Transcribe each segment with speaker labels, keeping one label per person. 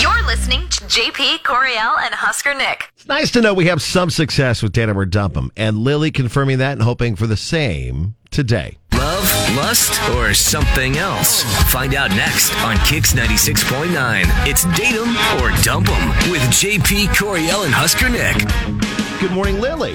Speaker 1: You're listening to JP Coriel and Husker Nick.
Speaker 2: It's nice to know we have some success with Datum or Dump 'em, and Lily confirming that and hoping for the same today.
Speaker 3: Love, lust, or something else? Find out next on Kix 96.9. It's Date 'em or Dump 'em with JP Coriel and Husker Nick.
Speaker 2: Good morning, Lily.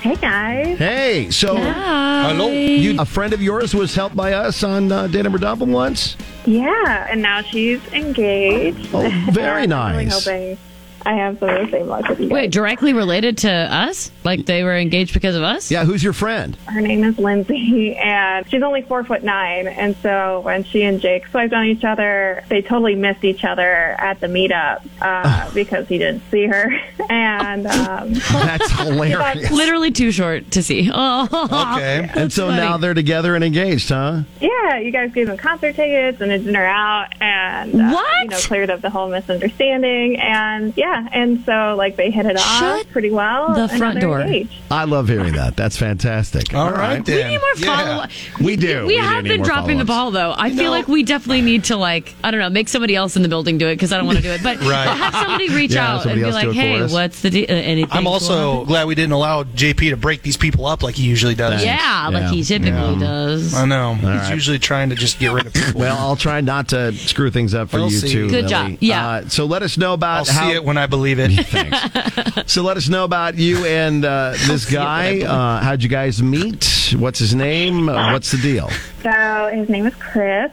Speaker 4: Hey guys.
Speaker 2: Hey, so
Speaker 5: Hello.
Speaker 2: you, a friend of yours was helped by us on uh, Datum or Dump 'em once.
Speaker 4: Yeah, and now she's engaged.
Speaker 2: Oh, very
Speaker 4: And I'm really
Speaker 2: nice.
Speaker 4: hoping I have some of the same luck with you guys.
Speaker 5: Wait, directly related to us? Like they were engaged because of us?
Speaker 2: Yeah, who's your friend?
Speaker 4: Her name is Lindsay, and she's only four foot nine. And so when she and Jake swiped on each other, they totally missed each other at the meetup
Speaker 2: Ah.
Speaker 4: uh, because he didn't see her. And um,
Speaker 2: That's hilarious.
Speaker 5: Literally too short to see. Oh.
Speaker 2: Okay, and so
Speaker 5: funny.
Speaker 2: now they're together and engaged, huh?
Speaker 4: yeah, you guys gave them concert tickets and a dinner out, and uh,
Speaker 5: What?
Speaker 4: you know cleared up the whole misunderstanding. And yeah, and so like they hit it
Speaker 5: Shut
Speaker 4: off pretty well.
Speaker 5: the
Speaker 4: and now
Speaker 5: front
Speaker 4: they're
Speaker 5: door.
Speaker 4: engaged.
Speaker 2: I love hearing that. That's fantastic.
Speaker 6: All right, then.
Speaker 5: We need more follow up.
Speaker 2: We do.
Speaker 5: We,
Speaker 2: We do
Speaker 5: have
Speaker 2: need
Speaker 5: been
Speaker 2: more
Speaker 5: dropping the ball,
Speaker 2: follow-ups.
Speaker 5: though. I feel like we definitely need to, like, I don't know, make somebody else in the building do it because I don't want to do it. But
Speaker 6: Right.
Speaker 5: have somebody reach
Speaker 2: Yeah,
Speaker 5: out and
Speaker 2: somebody
Speaker 5: be
Speaker 2: else do
Speaker 5: like,
Speaker 2: it for
Speaker 5: hey,
Speaker 2: us.
Speaker 5: what's the de- uh, anything?
Speaker 6: I'm also glad we didn't allow JP to break these people up like he usually does.
Speaker 5: Yeah,
Speaker 2: Yeah.
Speaker 5: like he typically
Speaker 2: Yeah.
Speaker 5: does.
Speaker 6: I know. He's
Speaker 2: right.
Speaker 6: usually trying to just get rid of people.
Speaker 2: Well, I'll try not to screw things up for
Speaker 6: We'll
Speaker 2: you
Speaker 6: see.
Speaker 2: too.
Speaker 5: Good
Speaker 2: Lily.
Speaker 5: job. Yeah.
Speaker 2: Uh, so let us know about
Speaker 6: I'll
Speaker 2: how.
Speaker 6: see it when I believe it.
Speaker 2: Thanks. so let us know about you and uh, this guy. Uh, how'd you guys meet? What's his name? Uh, what's the deal?
Speaker 4: So his name is Chris.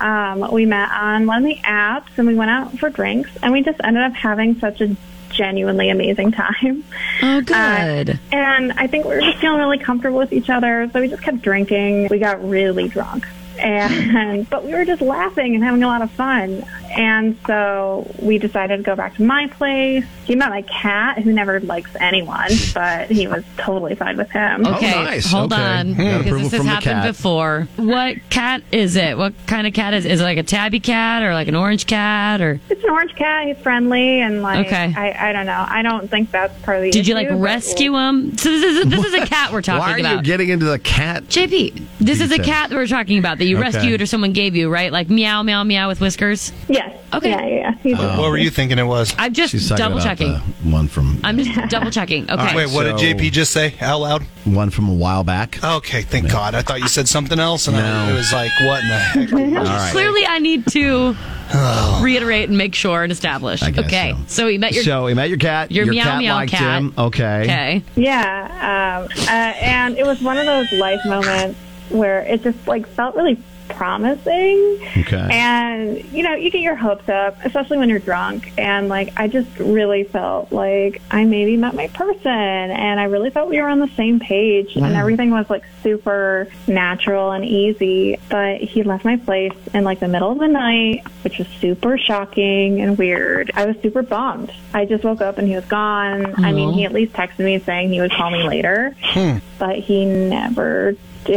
Speaker 4: Um, we met on one of the apps and we went out for drinks and we just ended up having such a genuinely amazing time.
Speaker 5: Oh, good.
Speaker 4: Uh, And I think we were just feeling really comfortable with each other, so we just kept drinking. We got really drunk. And but we were just laughing and having a lot of fun. And so we decided to go back to my place. He met my cat who never likes anyone, but he was totally fine with him.
Speaker 5: Okay,
Speaker 2: Oh, nice.
Speaker 5: hold
Speaker 2: Okay.
Speaker 5: on.
Speaker 2: Hmm. Got approval
Speaker 5: Because this
Speaker 2: from
Speaker 5: has
Speaker 2: the
Speaker 5: happened
Speaker 2: cat.
Speaker 5: before. What cat is it? What kind of cat is it? Is it like a tabby cat or like an orange cat or
Speaker 4: It's an orange cat. He's friendly and like
Speaker 5: Okay.
Speaker 4: I, I don't know. I don't think that's part of the
Speaker 5: did you
Speaker 4: issue,
Speaker 5: like
Speaker 4: but-
Speaker 5: rescue him? So this is this is a cat we're talking
Speaker 2: Why are
Speaker 5: about.
Speaker 2: you getting into the cat?
Speaker 5: JP, this is a
Speaker 2: Detail.
Speaker 5: cat that we're talking about that you
Speaker 2: Okay.
Speaker 5: rescued or someone gave you, right? Like meow, meow, meow with whiskers.
Speaker 4: Yes.
Speaker 5: Okay.
Speaker 4: Yeah, yeah. yeah. He did.
Speaker 6: Uh, What were you thinking it was?
Speaker 5: I'm
Speaker 2: She's
Speaker 5: just
Speaker 2: talking
Speaker 5: double
Speaker 2: about
Speaker 5: checking.
Speaker 2: the one from
Speaker 5: I'm just double checking. Okay.
Speaker 6: Wait, what
Speaker 2: so-
Speaker 6: did JP just say out loud?
Speaker 2: one from a while back.
Speaker 6: Okay, thank God. I thought you said something else, and
Speaker 2: No.
Speaker 6: I, it was like, what in the heck? All right.
Speaker 5: Clearly, I need to reiterate and make sure and establish.
Speaker 2: I guess
Speaker 5: okay.
Speaker 2: so.
Speaker 5: So you met your
Speaker 2: so he met your cat.
Speaker 5: Your meow
Speaker 2: cat
Speaker 5: meow
Speaker 2: liked
Speaker 5: cat.
Speaker 2: him. Okay.
Speaker 5: okay.
Speaker 4: Yeah, um, uh, and it was one of those life moments where it just like felt really promising.
Speaker 2: Okay.
Speaker 4: And you know, you get your hopes up, especially when you're drunk. And like, I just really felt like I maybe met my person, and I really thought we were on the same page, and everything was like super natural and easy. But he left my place in like the middle of the night, which was super shocking and weird. I was super bummed. I just woke up and he was gone. I mean, he at least texted me saying he would call me later, but he never did.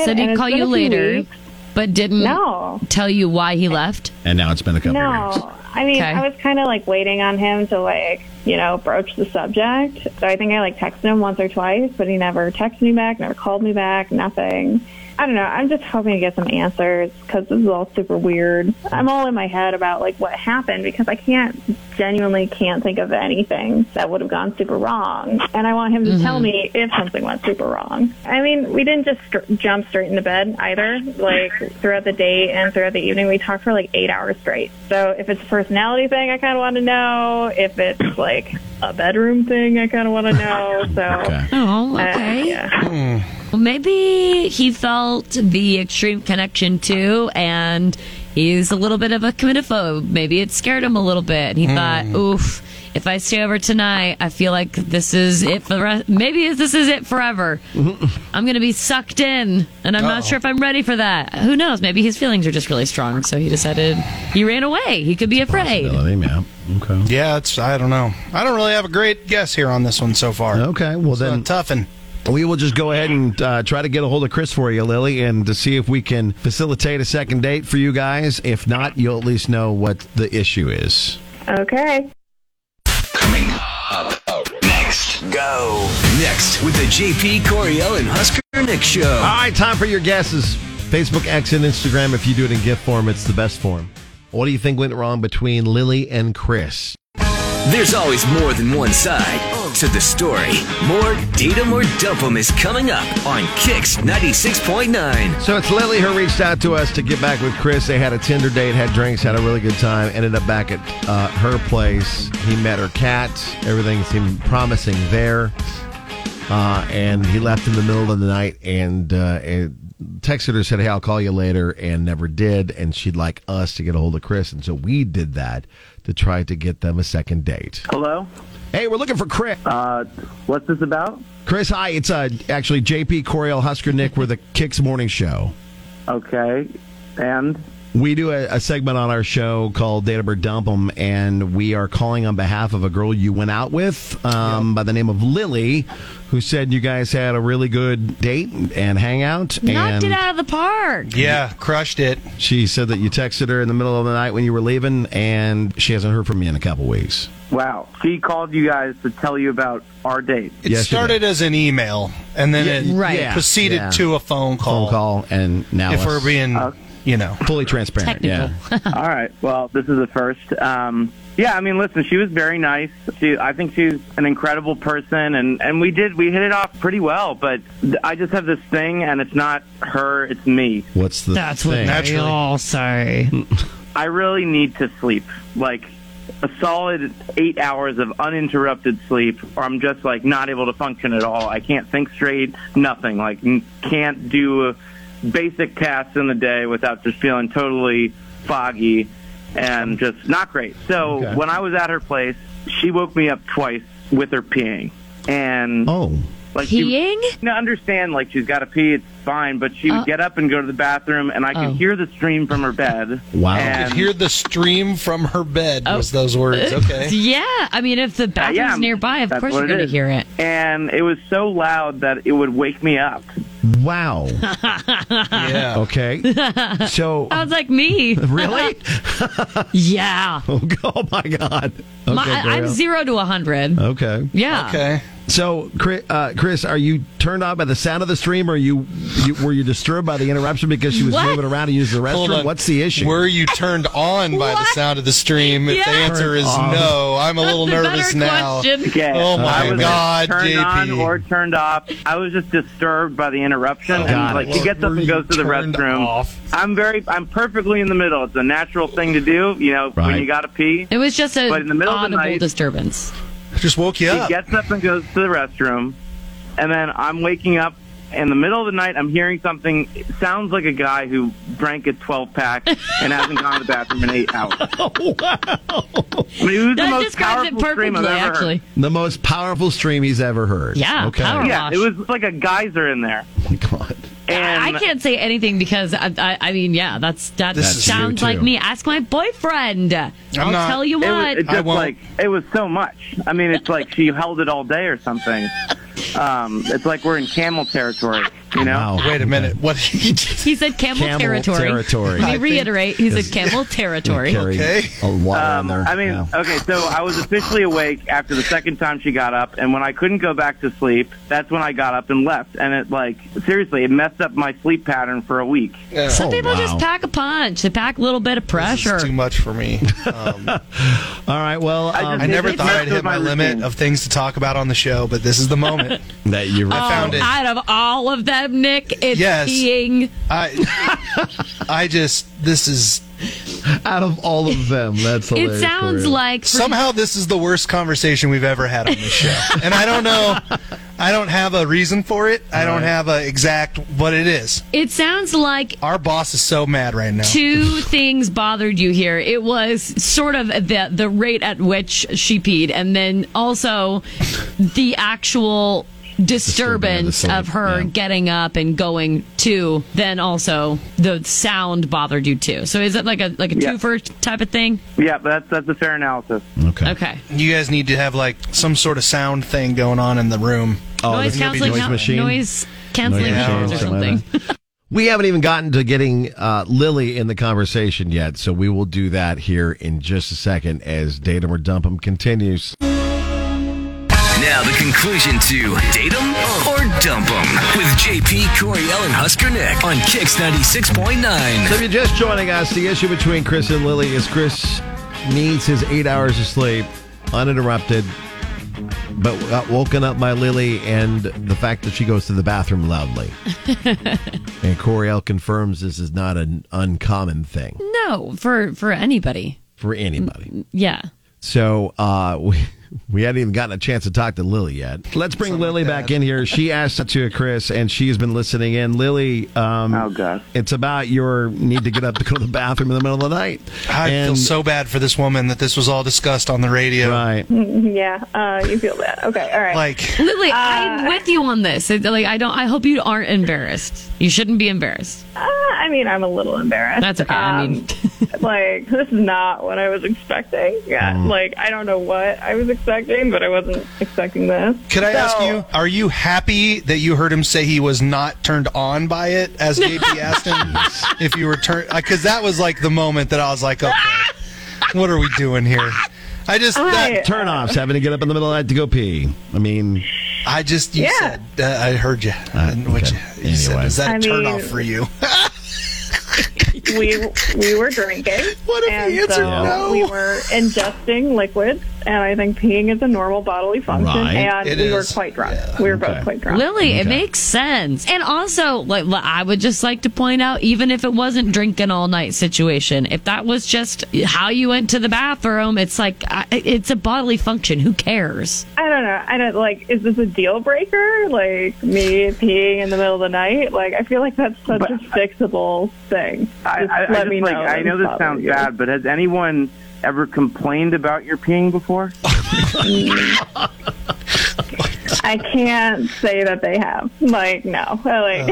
Speaker 5: Said
Speaker 4: And
Speaker 5: he'd
Speaker 4: it's
Speaker 5: call
Speaker 4: been
Speaker 5: you
Speaker 4: a few
Speaker 5: later, Hmm.
Speaker 4: weeks.
Speaker 5: but didn't
Speaker 4: No.
Speaker 5: tell you why he left.
Speaker 2: and now it's been a couple of years.
Speaker 4: No, I mean,
Speaker 5: Okay.
Speaker 4: I was kind of like waiting on him to like, you know, broach the subject. So I think I like texted him once or twice, but he never texted me back, never called me back, nothing. I don't know. I'm just hoping to get some answers because this is all super weird. I'm all in my head about like what happened because I can't genuinely can't think of anything that would have gone super wrong, and I want him to
Speaker 5: Mm-hmm.
Speaker 4: tell me if something went super wrong. I mean, we didn't just str- jump straight into bed either. Like throughout the day and throughout the evening, we talked for like eight hours straight. So if it's a personality thing, I kind of want to know. If it's like a bedroom thing, I kind of want to know. So.
Speaker 2: Okay.
Speaker 5: Oh,
Speaker 4: uh,
Speaker 5: okay.
Speaker 4: yeah.
Speaker 5: Well, maybe he felt the extreme connection too, and he's a little bit of a committophobe. Maybe it scared him a little bit, and he thought, "Oof, if I stay over tonight, I feel like this is it for the rest. Maybe this is it forever. I'm gonna be sucked in, and I'm not
Speaker 6: Uh-oh.
Speaker 5: sure if I'm ready for that. Who knows? Maybe his feelings are just really strong, so he decided he ran away. He could be afraid.
Speaker 2: Possibility, yeah. Okay.
Speaker 6: Yeah, it's, I don't know. I don't really have a great guess here on this one so far.
Speaker 2: Okay. Well
Speaker 6: Uh,
Speaker 2: then,
Speaker 6: tough and
Speaker 2: We will just go ahead and uh, try to get a hold of Chris for you, Lily, and to see if we can facilitate a second date for you guys. If not, you'll at least know what the issue is.
Speaker 4: Okay.
Speaker 3: Coming up next. Go. Next with the JP Coriel and Husker Nick
Speaker 2: All
Speaker 3: Show.
Speaker 2: right, time for your guesses. Facebook, X, and Instagram. If you do it in gift form, it's the best form. What do you think went wrong between Lily and Chris?
Speaker 3: There's always more than one side to the story. More Date 'em or Dump 'em is coming up on Kix 96.9.
Speaker 2: So it's Lily who reached out to us to get back with Chris. They had a Tinder date, had drinks, had a really good time, ended up back at uh, her place. He met her cat. Everything seemed promising there. Uh, and he left in the middle of the night and uh, and texted her, said, Hey, I'll call you later, and never did. And she'd like us to get a hold of Chris. And so we did that to try to get them a second date.
Speaker 7: Hello.
Speaker 2: Hey, we're looking for Chris.
Speaker 7: Uh, what's this about?
Speaker 2: Chris, hi. It's uh, actually JP Coriel Husker Nick. We're the Kicks Morning Show.
Speaker 7: Okay. And
Speaker 2: We do a, a segment on our show called Data Bird Dump 'em, and we are calling on behalf of a girl you went out with um, by the name of Lily, who said you guys had a really good date and hangout.
Speaker 5: Knocked it
Speaker 2: and
Speaker 5: out of the park.
Speaker 6: Yeah, crushed it.
Speaker 2: She said that you texted her in the middle of the night when you were leaving, and she hasn't heard from you in a couple weeks.
Speaker 7: wow, she called you guys to tell you about our date.
Speaker 6: It
Speaker 2: Yes, you
Speaker 6: started as an email, and then it
Speaker 5: right.
Speaker 6: it proceeded
Speaker 2: Yeah.
Speaker 6: to a phone call.
Speaker 5: Oh.
Speaker 2: Phone call, and now
Speaker 6: If
Speaker 2: it's
Speaker 6: we're being, you know,
Speaker 2: fully transparent.
Speaker 5: Technical.
Speaker 2: Yeah.
Speaker 7: All right. Well, this is the first. Um, yeah, I mean, listen, she was very nice. She, I think she's an incredible person, and and we did we hit it off pretty well. But th- I just have this thing, and it's not her, it's me.
Speaker 2: What's the
Speaker 5: That's what
Speaker 2: thing?
Speaker 5: they
Speaker 6: Naturally.
Speaker 5: all say.
Speaker 7: I really need to sleep, like a solid eight hours of uninterrupted sleep, or I'm just like not able to function at all. I can't think straight, nothing. Like n- can't do basic tasks in the day without just feeling totally foggy and just not great. So
Speaker 2: Okay.
Speaker 7: when I was at her place, she woke me up twice with her peeing, and
Speaker 2: Oh,
Speaker 7: like she-
Speaker 5: Peeing?
Speaker 7: now, understand, like, she's got to pee, it's fine, but she would
Speaker 5: Uh,
Speaker 7: get up and go to the bathroom, and I could
Speaker 5: Oh.
Speaker 7: hear the stream from her bed.
Speaker 2: Wow.
Speaker 7: And
Speaker 5: Um,
Speaker 6: could hear the stream from her bed was
Speaker 5: oh.
Speaker 6: those words. Okay.
Speaker 5: Yeah. I mean, if the
Speaker 7: Uh,
Speaker 5: bathroom's
Speaker 7: yeah,
Speaker 5: nearby, of
Speaker 7: that's
Speaker 5: course
Speaker 7: what
Speaker 5: you're going to
Speaker 7: is.
Speaker 5: hear it.
Speaker 7: And it was so loud that it would wake me up.
Speaker 2: wow.
Speaker 6: yeah.
Speaker 2: Okay. So,
Speaker 5: Sounds like me.
Speaker 2: really?
Speaker 5: yeah.
Speaker 2: Oh, oh my God. Okay,
Speaker 5: My, I- I'm
Speaker 2: Coriel.
Speaker 5: zero to a 100.
Speaker 2: Okay.
Speaker 5: yeah.
Speaker 6: Okay.
Speaker 2: So, Chris, uh, Chris, are you turned on by the sound of the stream, or you, you were you disturbed by the interruption because she was
Speaker 5: What?
Speaker 2: moving around to use the
Speaker 6: Hold
Speaker 2: restroom?
Speaker 6: on.
Speaker 2: What's the issue?
Speaker 6: Were you turned on by the
Speaker 5: What?
Speaker 6: sound of the stream? If the
Speaker 5: Yeah.
Speaker 6: answer is
Speaker 2: Turned on.
Speaker 6: no, I'm a little
Speaker 5: That's a
Speaker 6: nervous
Speaker 5: better
Speaker 6: now.
Speaker 5: question.
Speaker 7: Yeah.
Speaker 6: Oh my
Speaker 7: I was
Speaker 6: God,
Speaker 7: turned on
Speaker 6: JP.
Speaker 7: or turned off. I was just disturbed by the interruption.
Speaker 2: God.
Speaker 7: and like she gets
Speaker 6: Oh,
Speaker 7: up
Speaker 6: Were
Speaker 7: and goes
Speaker 6: you
Speaker 7: to the
Speaker 6: turned
Speaker 7: restroom.
Speaker 6: off?
Speaker 7: I'm very I'm perfectly in the middle. It's a natural thing to do, you know,
Speaker 2: Right.
Speaker 7: when you gotta pee.
Speaker 5: It was just a
Speaker 7: But in the middle of the
Speaker 5: audible
Speaker 7: night-
Speaker 5: disturbance.
Speaker 6: Just woke you
Speaker 7: She
Speaker 6: up.
Speaker 7: gets up and goes to the restroom and then I'm waking up in the middle of the night I'm hearing something it sounds like a guy who drank a twelve pack and hasn't gone to the bathroom in eight hours.
Speaker 6: Oh,
Speaker 7: I mean, it was the
Speaker 5: That
Speaker 7: most
Speaker 5: describes it
Speaker 7: powerful scream I've
Speaker 5: perfectly,
Speaker 7: ever heard.
Speaker 5: actually.
Speaker 2: the most powerful stream he's ever heard.
Speaker 5: Yeah,
Speaker 2: Okay. Oh
Speaker 5: powerful.
Speaker 7: Yeah,
Speaker 5: Gosh.
Speaker 7: it was like a geyser in there.
Speaker 2: God.
Speaker 7: And
Speaker 5: I can't say anything because I, I, I mean, yeah, that's that
Speaker 6: This is
Speaker 5: sounds
Speaker 2: true,
Speaker 5: like
Speaker 2: too.
Speaker 5: me. Ask my boyfriend. i will
Speaker 6: not-
Speaker 5: tell you
Speaker 7: It was
Speaker 5: what.
Speaker 7: it
Speaker 6: I
Speaker 7: just
Speaker 6: won't.
Speaker 7: like it was so much. I mean, it's like she held it all day or something. Um, it's like we're in camel territory, you know.
Speaker 2: Wow.
Speaker 6: Wait a minute. What did you do?
Speaker 5: he said camel,
Speaker 2: Camel
Speaker 5: territory.
Speaker 2: territory. I
Speaker 5: Let me
Speaker 2: think-
Speaker 5: reiterate. He said camel territory.
Speaker 2: Carry
Speaker 6: Okay.
Speaker 2: A water in
Speaker 7: Um,
Speaker 2: there.
Speaker 7: I mean,
Speaker 2: Yeah.
Speaker 7: okay, so I was officially awake after the second time she got up, and when I couldn't go back to sleep, that's when I got up and left. And it like seriously, it messed up my sleep pattern for a week.
Speaker 5: Some
Speaker 2: Oh,
Speaker 5: people
Speaker 2: wow.
Speaker 5: just pack a punch. They pack a little bit of
Speaker 6: This
Speaker 5: pressure.
Speaker 6: is too much for me. Um,
Speaker 2: All right. Well, um,
Speaker 6: I
Speaker 7: It
Speaker 6: never
Speaker 7: just
Speaker 6: thought
Speaker 7: messed
Speaker 6: I'd
Speaker 7: with
Speaker 6: hit my,
Speaker 7: my
Speaker 6: limit
Speaker 7: routine.
Speaker 6: of things to talk about on the show, but this is the moment.
Speaker 2: that you
Speaker 6: I found it.
Speaker 5: Out of all of them, Nick, it's
Speaker 6: Yes.
Speaker 5: peeing.
Speaker 6: I, I just this is
Speaker 2: out of all of them. That's
Speaker 5: Uh, It
Speaker 2: hilarious,
Speaker 5: sounds
Speaker 2: Coriel.
Speaker 5: like
Speaker 6: somehow this is the worst conversation we've ever had on this show, and I don't know. I don't have a reason for it. I don't have a exact what it is.
Speaker 5: it sounds like
Speaker 6: Our boss is so mad right now.
Speaker 5: two things bothered you here. It was sort of the the rate at which she peed, and then also the actual
Speaker 2: Disturbing
Speaker 5: disturbance
Speaker 2: of the
Speaker 5: of her
Speaker 2: sleep, yeah.
Speaker 5: getting up and going to. Then also the sound bothered you too. So is it like a like a
Speaker 7: Yeah.
Speaker 5: twofer type of thing?
Speaker 7: Yeah, but that's that's a fair analysis.
Speaker 6: Mm-hmm.
Speaker 2: Okay.
Speaker 5: Okay.
Speaker 6: You guys need to have like some sort of sound thing going on in the room.
Speaker 2: Oh,
Speaker 5: noise
Speaker 2: this could be
Speaker 5: canceling
Speaker 2: noise machine.
Speaker 5: noise canceling
Speaker 2: Noise
Speaker 5: sounds or
Speaker 2: machine,
Speaker 5: something.
Speaker 2: like that. We haven't even gotten to getting uh, Lily in the conversation yet, so we will do that here in just a second as Datum or Dump'em continues.
Speaker 3: Now the conclusion to date 'em or dump 'em with JP Coriel and Husker Nick on Kicks ninety six point nine.
Speaker 2: So if you're just joining us, the issue between Chris and Lily is Chris needs his eight hours of sleep uninterrupted, but got woken up by Lily and the fact that she goes to the bathroom loudly. and Coriel confirms this is not an uncommon thing
Speaker 5: No, for for anybody.
Speaker 2: for anybody.
Speaker 5: Yeah.
Speaker 2: So uh, we we hadn't even gotten a chance to talk to Lily yet. Let's bring Lily back in here. She asked it to Chris, and she's been listening in. Lily, um,
Speaker 7: Oh, God.
Speaker 2: it's about your need to get up to go to the bathroom in the middle of the night.
Speaker 6: I feel
Speaker 2: And-
Speaker 6: so bad for this woman that this was all discussed on the radio.
Speaker 2: Right.
Speaker 4: Yeah, uh, you feel that. Okay, all right.
Speaker 6: Like,
Speaker 5: Lily,
Speaker 4: Uh,
Speaker 5: I'm with you on this. It- Like I don't I hope you aren't embarrassed. You shouldn't be embarrassed.
Speaker 4: Uh, I mean, I'm a little embarrassed.
Speaker 5: That's okay. I
Speaker 4: Um,
Speaker 5: mean
Speaker 4: like this is not what I was expecting. Yeah,
Speaker 6: Mm.
Speaker 4: like I don't know what I was expecting, but I wasn't expecting this.
Speaker 6: could I ask
Speaker 4: So-
Speaker 6: you, are you happy that you heard him say he was not turned on by it as JP asked him if you were turned? Because that was like the moment that I was like, okay, what are we doing here? I just, that,
Speaker 4: Right.
Speaker 2: Turn offs, having to get up in the middle of the night to go pee. I mean,
Speaker 6: I just, you
Speaker 4: Yeah.
Speaker 6: said, uh, I heard you. What
Speaker 2: okay.
Speaker 6: you, you said,
Speaker 2: Anyway.
Speaker 6: is that a
Speaker 4: I
Speaker 6: turn
Speaker 4: mean-
Speaker 6: off for you?
Speaker 4: We we were drinking.
Speaker 6: What if he
Speaker 4: and
Speaker 6: answered
Speaker 4: so
Speaker 6: no?
Speaker 4: We were ingesting liquids, and I think peeing is a normal bodily function.
Speaker 2: Right.
Speaker 4: And
Speaker 6: It
Speaker 4: we were
Speaker 6: is.
Speaker 4: quite drunk. We were
Speaker 2: Okay.
Speaker 4: both quite drunk.
Speaker 5: Lily, it makes sense. And also, like li- I would just like to point out, even if it wasn't drinking all night situation, if that was just how you went to the bathroom, it's like I, it's a bodily function. Who cares?
Speaker 4: I don't know. I don't like. Is this a deal breaker? Like me peeing in the middle of the night? Like I feel like that's such a fixable thing.
Speaker 7: I,
Speaker 4: Just
Speaker 7: I, I
Speaker 4: let
Speaker 7: just,
Speaker 4: me
Speaker 7: like,
Speaker 4: know.
Speaker 7: I know
Speaker 4: and
Speaker 7: this
Speaker 4: bother
Speaker 7: sounds
Speaker 4: you.
Speaker 7: bad, but has anyone ever complained about your peeing before?
Speaker 4: I can't say that they have. Like no. I, Like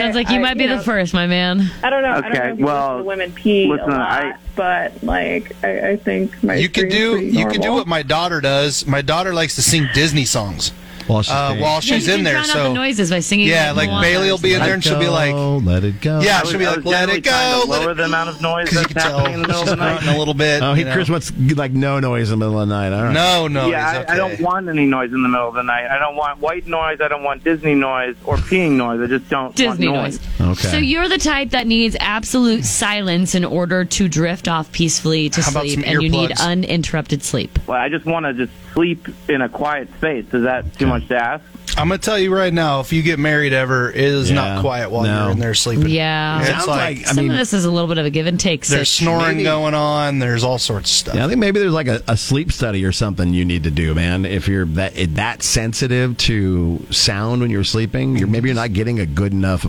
Speaker 5: Sounds like you
Speaker 4: I-
Speaker 5: might be
Speaker 4: know,
Speaker 5: the first, my man.
Speaker 4: I don't know. I
Speaker 7: Okay,
Speaker 4: don't know if most
Speaker 7: well,
Speaker 4: of the women pee a
Speaker 7: listen,
Speaker 4: lot,
Speaker 7: I-
Speaker 4: but like I, I think my
Speaker 6: You could
Speaker 4: experience
Speaker 6: do,
Speaker 4: is
Speaker 6: you could do
Speaker 4: normal.
Speaker 6: what my daughter does. My daughter likes to sing Disney songs.
Speaker 2: while she's
Speaker 6: uh,
Speaker 2: peeing.
Speaker 6: while she's
Speaker 5: Yeah, you
Speaker 6: in
Speaker 5: can
Speaker 6: there.
Speaker 5: drown out
Speaker 6: So
Speaker 5: the noises by singing.
Speaker 6: yeah, like
Speaker 5: Moana
Speaker 6: Bailey will be in
Speaker 2: Let
Speaker 6: there and she'll be
Speaker 2: go,
Speaker 6: like,
Speaker 2: "Let it go."
Speaker 6: yeah,
Speaker 7: I
Speaker 6: she'll be like,
Speaker 7: was- I was
Speaker 6: let
Speaker 7: generally
Speaker 6: it
Speaker 7: trying
Speaker 6: go.
Speaker 7: to
Speaker 6: let
Speaker 7: Lower
Speaker 6: it
Speaker 7: the amount of noise
Speaker 6: Because you
Speaker 7: that's
Speaker 6: can tell
Speaker 7: happening in the middle of
Speaker 6: she's
Speaker 7: the night.
Speaker 6: grunting a little bit.
Speaker 2: Oh, he,
Speaker 6: you know.
Speaker 2: Chris wants like no noise in the middle of the night. All right.
Speaker 6: No, no,
Speaker 7: yeah,
Speaker 6: he's
Speaker 7: I, I don't
Speaker 6: okay.
Speaker 7: want any noise in the middle of the night. I don't want white noise. I don't want Disney noise or peeing noise. I just don't
Speaker 5: Disney
Speaker 7: want
Speaker 5: noise.
Speaker 7: noise.
Speaker 2: Okay.
Speaker 5: So you're the type that needs absolute silence in order to drift off peacefully to
Speaker 6: How about
Speaker 5: sleep,
Speaker 6: some
Speaker 5: and you need
Speaker 6: earplugs?
Speaker 5: uninterrupted sleep.
Speaker 7: Well, I just want to just sleep in a quiet space. Is that too much to ask?
Speaker 6: I'm gonna tell you right now, if you get married ever, it is
Speaker 2: Yeah,
Speaker 6: not quiet while
Speaker 2: no.
Speaker 6: you're in there sleeping.
Speaker 5: Yeah.
Speaker 6: it's
Speaker 2: Sounds
Speaker 6: like,
Speaker 2: like- I
Speaker 5: Some
Speaker 2: mean-
Speaker 5: of this is a little bit of a give and take.
Speaker 6: there's
Speaker 5: Sitch.
Speaker 6: snoring going on. There's all sorts of stuff.
Speaker 2: Yeah, I think maybe there's like a, a sleep study or something you need to do, man. If you're that that sensitive to sound when you're sleeping, you're maybe you're not getting a good enough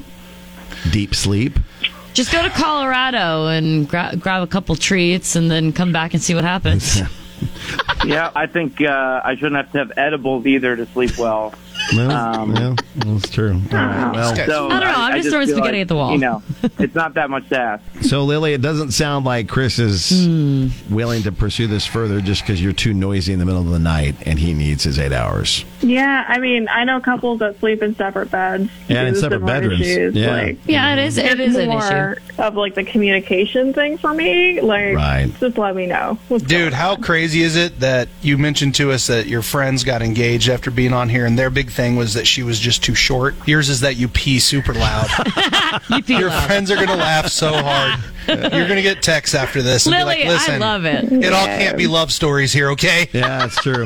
Speaker 2: deep sleep.
Speaker 5: Just go to Colorado and gra- grab a couple treats and then come back and see what happens.
Speaker 7: yeah, I think uh, I shouldn't have to have edibles either to sleep well.
Speaker 2: No,
Speaker 7: Um,
Speaker 2: yeah, that's true. All right, well,
Speaker 6: Okay.
Speaker 7: So
Speaker 5: I don't know. I'm just throwing
Speaker 7: feel
Speaker 5: spaghetti
Speaker 7: like,
Speaker 5: at the wall.
Speaker 7: You know, it's not that much to ask.
Speaker 2: So, Lily, it doesn't sound like Chris is
Speaker 5: Hmm.
Speaker 2: willing to pursue this further just because you're too noisy in the middle of the night and he needs his eight hours.
Speaker 4: Yeah, I mean, I know couples that sleep in separate beds.
Speaker 2: Yeah, in
Speaker 4: due to
Speaker 2: separate
Speaker 4: similar
Speaker 2: bedrooms.
Speaker 4: Issues.
Speaker 2: Yeah.
Speaker 4: Like,
Speaker 5: yeah, it is. It
Speaker 4: it's
Speaker 5: is an issue.
Speaker 4: more of like the communication thing for me. Like,
Speaker 2: Right.
Speaker 4: just let me know. What's
Speaker 6: Dude,
Speaker 4: going
Speaker 6: how crazy is it that you mentioned to us that your friends got engaged after being on here, and their big thing was that she was just too short. Yours is that you pee super loud.
Speaker 5: You feel
Speaker 6: your
Speaker 5: that.
Speaker 6: friends are gonna laugh so hard. You're gonna get texts after this. And
Speaker 5: Lily,
Speaker 6: be like, Listen,
Speaker 5: I love it.
Speaker 6: It all can't be love stories here, okay?
Speaker 2: Yeah, that's true.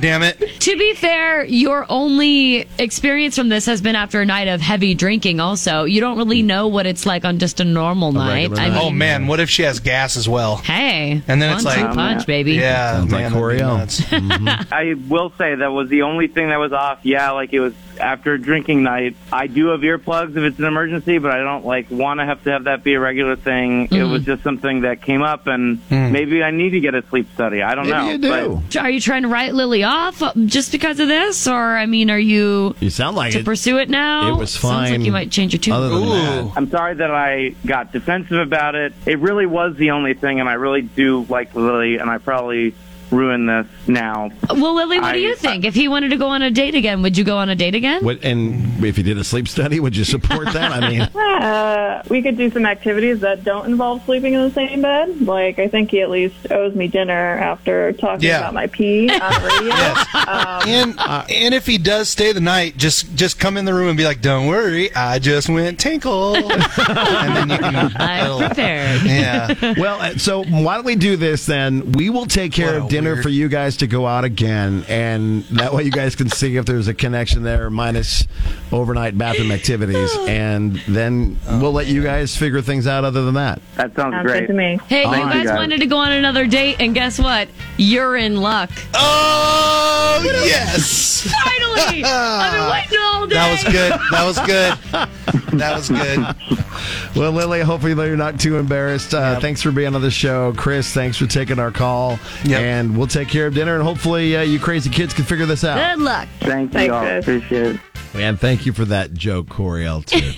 Speaker 6: Damn it.
Speaker 5: to be fair, your only experience from this has been after a night of heavy drinking. Also, you don't really know what it's like on just a normal night.
Speaker 2: regular
Speaker 5: I
Speaker 2: night.
Speaker 5: mean,
Speaker 6: Oh man, what if she has gas as well?
Speaker 5: hey,
Speaker 6: And then
Speaker 5: one,
Speaker 6: it's like-
Speaker 5: two punch, baby.
Speaker 6: Yeah,
Speaker 2: Sounds like
Speaker 6: man, that'd be
Speaker 2: Coriel.
Speaker 6: nuts.
Speaker 7: I will say that was the only thing that was off. Yeah, like it was after a drinking night. I do have earplugs if it's an emergency, but I don't like want to have to have that be a regular thing. It
Speaker 5: Mm-hmm.
Speaker 7: was just something that came up, and maybe I need to get a sleep study. I don't
Speaker 2: Hmm. Maybe
Speaker 7: know.
Speaker 2: you do.
Speaker 5: Are you trying to write Lily off uh, just because of this, or I mean, are you
Speaker 2: You sound like
Speaker 5: to
Speaker 2: it.
Speaker 5: pursue it now?
Speaker 2: it was
Speaker 5: Sounds
Speaker 2: fine.
Speaker 5: like you might change your tune.
Speaker 2: Other than
Speaker 6: Ooh.
Speaker 2: that,
Speaker 7: I'm sorry that I got defensive about it. It really was the only thing, and I really do like Lily, and I probably ruin this now.
Speaker 5: Well, Lily, what do
Speaker 7: I-
Speaker 5: you think? if he wanted to go on a date again, would you go on a date again?
Speaker 2: What, and if you did a sleep study, would you support that? I mean,
Speaker 4: Uh, we could do some activities that don't involve sleeping in the same bed. Like, I think he at least owes me dinner after talking
Speaker 6: Yeah.
Speaker 4: about my pee on the radio.
Speaker 6: And and if he does stay the night, just just come in the room and be like, "Don't worry, I just went tinkle." and then you can,
Speaker 5: I'm prepared.
Speaker 6: yeah,
Speaker 2: well, uh, so why don't we do this then? We will take care
Speaker 6: What
Speaker 2: of
Speaker 6: a
Speaker 2: dinner
Speaker 6: weird-
Speaker 2: for you guys to go out again, and that way you guys can see if there's a connection there, minus overnight bathroom activities, and then we'll let
Speaker 6: Oh,
Speaker 2: you guys figure things out. Other than that,
Speaker 7: That sounds,
Speaker 4: Sounds
Speaker 7: great.
Speaker 4: good Um, to me.
Speaker 5: Hey, you
Speaker 7: my
Speaker 5: guys
Speaker 7: God.
Speaker 5: wanted to go on another date, and guess what? You're in luck.
Speaker 6: oh yes,
Speaker 5: Finally! I've been waiting all day.
Speaker 6: that was good. That was good. That was good.
Speaker 2: well, Lily, hopefully you're not too embarrassed. Uh, Thanks for being on the show, Chris. Thanks for taking our call,
Speaker 6: Yep.
Speaker 2: and we'll take care of dinner, and hopefully uh, you crazy kids can figure this out.
Speaker 5: Good luck.
Speaker 7: Thank you
Speaker 4: Thanks,
Speaker 7: all.
Speaker 4: guys.
Speaker 7: Appreciate it.
Speaker 2: And thank you for that joke, Coriel. Too.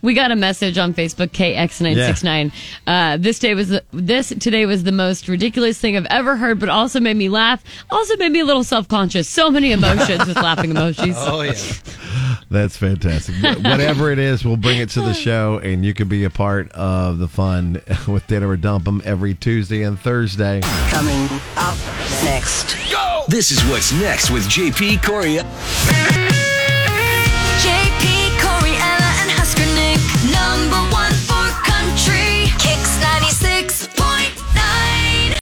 Speaker 5: We got a message on Facebook, KX969. Uh, this day was the, this today was the most ridiculous thing I've ever heard, but also made me laugh. Also made me a little self conscious. So many emotions with laughing emojis.
Speaker 6: Oh yeah.
Speaker 2: That's fantastic. Wh- Whatever it is, we'll bring it to the show, and you can be a part of the fun with Dinner or Dump 'em every Tuesday and Thursday.
Speaker 8: Coming up next.
Speaker 3: This is what's next with JP Coriel.